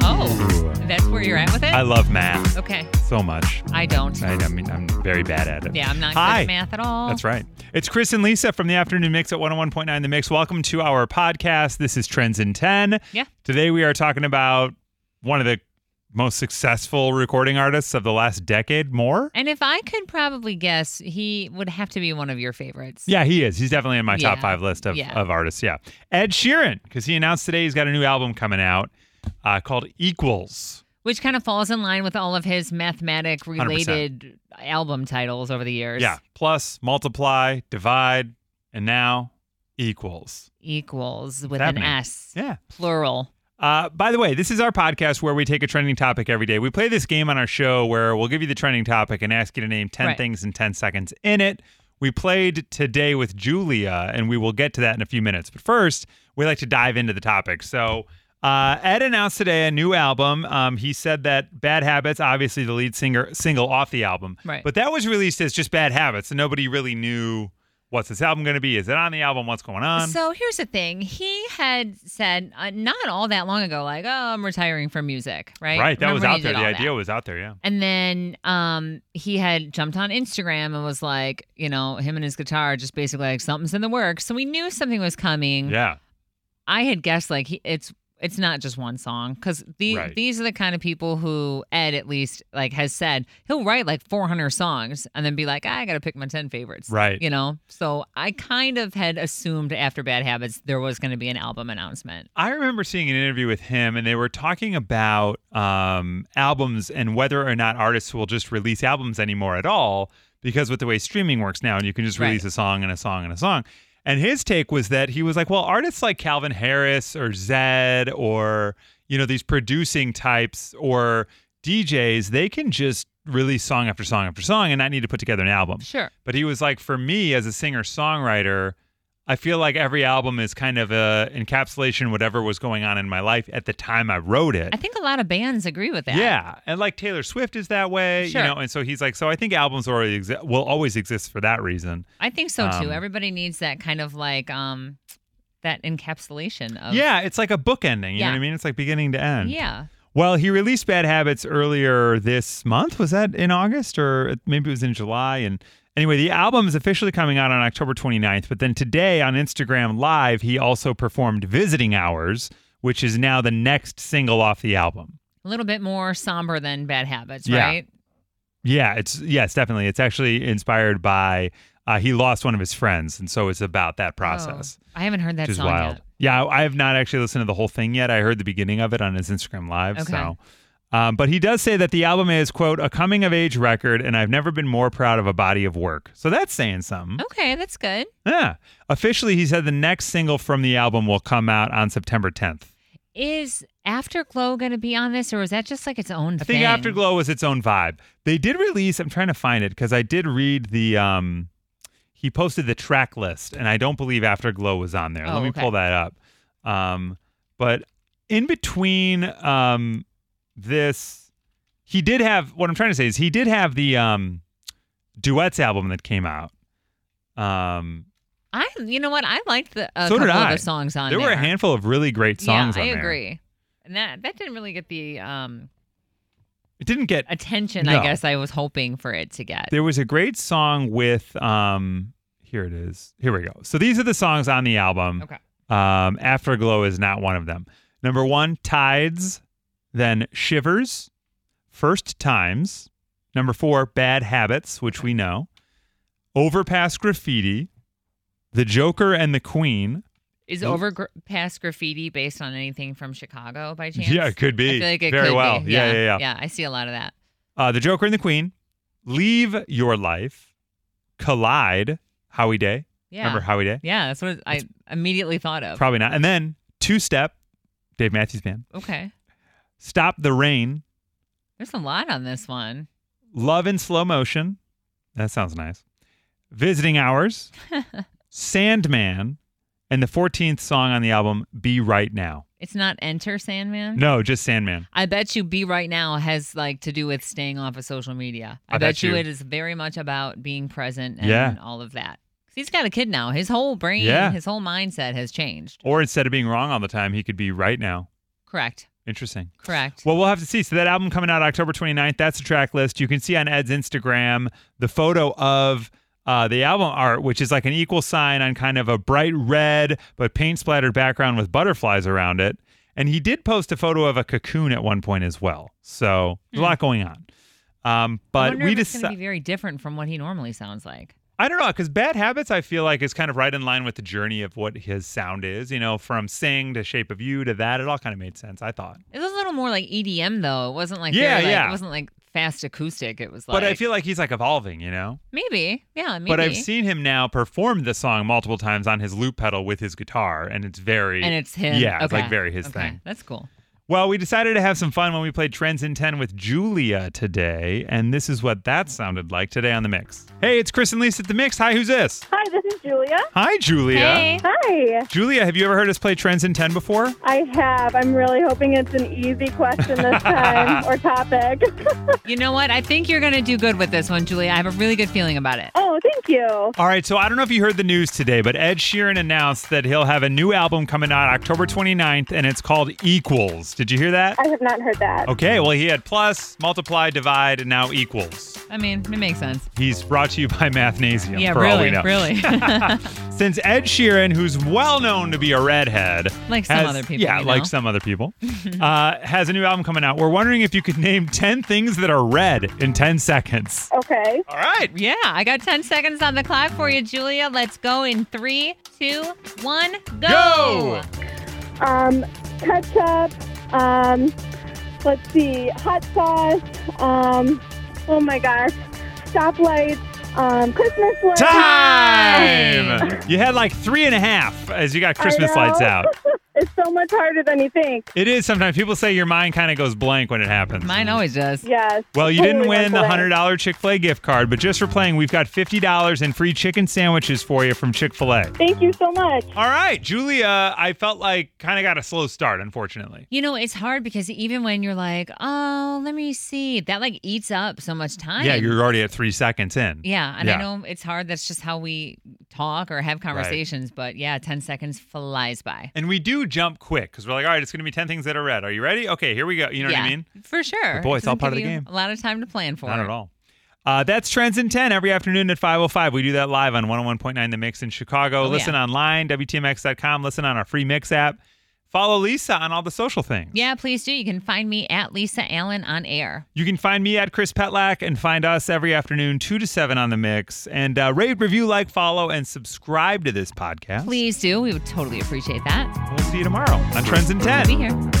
Oh. where you're at with it? I love math okay. so much. I don't. I, I mean, I'm very bad at it. Yeah, I'm not Hi. good at math at all. That's right. It's Chris and Lisa from the Afternoon Mix at 101.9 The Mix. Welcome to our podcast. This is Trends in 10. Yeah. Today we are talking about one of the most successful recording artists of the last decade, more. And if I could probably guess, he would have to be one of your favorites. Yeah, he is. He's definitely in my top Yeah. five list of, Yeah. of artists. Yeah. Ed Sheeran, because he announced today he's got a new album coming out uh, called Equals. Which kind of falls in line with all of his mathematic related album titles over the years. Yeah. Plus, multiply, divide, and now equals. Equals with happening? an S. Yeah. Plural. Uh, by the way, this is our podcast where we take a trending topic every day. We play this game on our show where we'll give you the trending topic and ask you to name 10 Right. things in 10 seconds in it. We played today with Julia, and we will get to that in a few minutes. But first, we like to dive into the topic. So, uh, Ed announced today a new album. Um, he said that Bad Habits, obviously the lead singer single off the album, Right. but that was released as just Bad Habits, and nobody really knew what's this album going to be. Is it on the album? What's going on? so here's the thing. He had said uh, not all that long ago, like, oh, I'm retiring from music, right? right, that was out Remember when he there. did The all that? idea was out there. Yeah. And then um, he had jumped on Instagram and was like, you know, him and his guitar just basically like something's in the works. So we knew something was coming. Yeah. I had guessed like he, it's it's not just one song because the, Right. these are the kind of people who Ed at least like has said he'll write like 400 songs and then be like "Ah, I got to pick my 10 favorites. Right. You know. So I kind of had assumed after Bad Habits there was going to be an album announcement. I remember seeing an interview with him, and they were talking about um, albums and whether or not artists will just release albums anymore at all, because with the way streaming works now, and you can just release a song and a song and a song. And his take was that he was like, well, artists like Calvin Harris or Zed or you know these producing types or DJs, they can just release song after song after song and not need to put together an album. Sure. But he was like, for me as a singer songwriter, I feel like every album is kind of a encapsulation of whatever was going on in my life at the time I wrote it. I think a lot of bands agree with that. Yeah, and like Taylor Swift is that way, Sure. you know, and so he's like, so I think albums already exi- will always exist for that reason. I think so too. Um, Everybody needs that kind of like um that encapsulation of Yeah, it's like a book ending. You know Yeah. what I mean? It's like beginning to end. Yeah. Well, he released Bad Habits earlier this month. Was that in August or maybe it was in July? And anyway, the album is officially coming out on October 29th. But then today on Instagram Live, he also performed Visiting Hours, which is now the next single off the album. A little bit more somber than Bad Habits, Yeah. right? Yeah, it's yes, definitely. It's actually inspired by uh, he lost one of his friends, and so it's about that process. Oh, I haven't heard that which is song wild. yet. Yeah, I I have not actually listened to the whole thing yet. I heard the beginning of it on his Instagram live. Okay. So, um, but he does say that the album is quote a coming of age record, and I've never been more proud of a body of work. So that's saying something. Okay, that's good. Yeah. Officially, he said the next single from the album will come out on September 10th. Is Afterglow going to be on this, or is that just like its own I think Afterglow was its own vibe. They did release. I'm trying to find it because I did read the. Um, he posted the track list, and I don't believe Afterglow was on there. Oh, Let me okay. pull that up. Um, but in between um, this, he did have. What I'm trying to say is he did have the um, duets album that came out. Um, I, you know what? I liked the a So did couple of I. the songs on there there. were a handful of really great songs. Yeah, I on there. agree. And that that didn't really get the um It didn't get attention No. I guess I was hoping for it to get. There was a great song with um here it is. Here we go. So these are the songs on the album. Okay. Um Afterglow is not one of them. Number 1 Tides, then Shivers, First Times, number 4 Bad Habits, which we know. Overpass Graffiti, The Joker and the Queen. Is Nope. Overpass Graffiti based on anything from Chicago by chance? Yeah, it could be. I feel like it Very could well. Be. Yeah, yeah, yeah. Yeah, I see a lot of that. Uh, the Joker and the Queen, Leave Your Life, Collide, Howie Day. Yeah. Remember Howie Day? Yeah, that's what I immediately thought of. Probably not. And then Two Step, Dave Matthews Band, okay. Stop the Rain, There's a lot on this one. Love in Slow Motion. That sounds nice. Visiting Hours, Sandman, and the 14th song on the album, Be Right Now. It's not Enter Sandman. No, just Sandman. I bet you Be Right Now has like to do with staying off of social media. I, I bet bet, you you. it is very much about being present and Yeah. all of that. 'Cause He's got a kid now. His whole brain, Yeah. his whole mindset has changed. Or instead of being wrong all the time, he could be right now. Correct. Interesting. Correct. Well, we'll have to see. So that album coming out October 29th. That's the track list. You can see on Ed's Instagram the photo of uh, the album art, which is like an equal sign on kind of a bright red but paint splattered background with butterflies around it. And he did post a photo of a cocoon at one point as well. So there's a lot going on. Um, I but Hmm. wonder we if it's just going to be very different from what he normally sounds like. I don't know, because Bad Habits, I feel like, is kind of right in line with the journey of what his sound is. You know, from Sing to Shape of You to that, it all kind of made sense, I thought. It was a little more like EDM though. It wasn't like Yeah, very, like, yeah. It wasn't like fast acoustic. It was like. but I feel like he's like evolving, you know? maybe yeah maybe. But I've seen him now perform the song multiple times on his loop pedal with his guitar, and it's very. and it's him. Yeah, it's like Okay. very his Okay. thing. That's cool. Well, we decided to have some fun when we played Trends in 10 with Julia today, and this is what that sounded like today on The Mix. Hey, it's Chris and Lisa at The Mix. Hi, who's this? Hi, this is Julia. Hi, Julia. Hey. Hi. Julia, have you ever heard us play Trends in 10 before? I have. I'm really hoping it's an easy question this time or topic. You know what? I think you're gonna do good with this one, Julia. I have a really good feeling about it. oh, thank you. All right, so I don't know if you heard the news today, but Ed Sheeran announced that he'll have a new album coming out October 29th, and it's called Equals. Did you hear that? I have not heard that. Okay, well, he had plus, multiply, divide, and now equals. I mean, it makes sense. He's brought to you by Mathnasium, yeah, for all we really, know. really. Since Ed Sheeran, who's well known to be a redhead, Like some has- other people, yeah, you know? like some other people, uh, has a new album coming out. We're wondering if you could name 10 things that are red in 10 seconds. Okay. All right. yeah, I got 10 seconds on the clock for you, Julia. Let's go in three, two, one, go. Go! Um, ketchup. Um, let's see. Hot sauce. Um, oh my gosh. Stoplights. Um, Christmas lights. Time! you had like three and a half as you got I Christmas know. lights out. it's so much harder than you think. It is sometimes. People say your mind kind of goes blank when it happens. Mine always does. Yes. Well, you Totally didn't win the went blank. $100 Chick fil A gift card, but just for playing, we've got $50 in free chicken sandwiches for you from Chick fil A. Thank you so much. All right, Julia, I felt like kind of got a slow start, unfortunately. You know, it's hard because even when you're like, oh, let me see, that like eats up so much time. Yeah, you're already at three seconds in. Yeah, and Yeah. I know it's hard. That's just how we talk or have conversations. But yeah, 10 seconds flies by. And we do jump quick because we're like, all right, it's going to be 10 things that are red. Are you ready? Okay, here we go. You know what I Yeah, mean? For sure. But boy, It it's all doesn't part of give the you game. A lot of time to plan for Not it. at all. Uh, that's Trends in 10 every afternoon at 5.05. We do that live on 101.9 The Mix in Chicago. Oh, listen online, WTMX.com. Listen on our free Mix app. Follow Lisa on all the social things. Yeah, please do. You can find me at Lisa Allen on air. You can find me at Chris Petlak and find us every afternoon, 2 to 7 on The Mix. And uh, rate, review, like, follow, and subscribe to this podcast. Please do. We would totally appreciate that. We'll see you tomorrow on Trends in 10. Be here.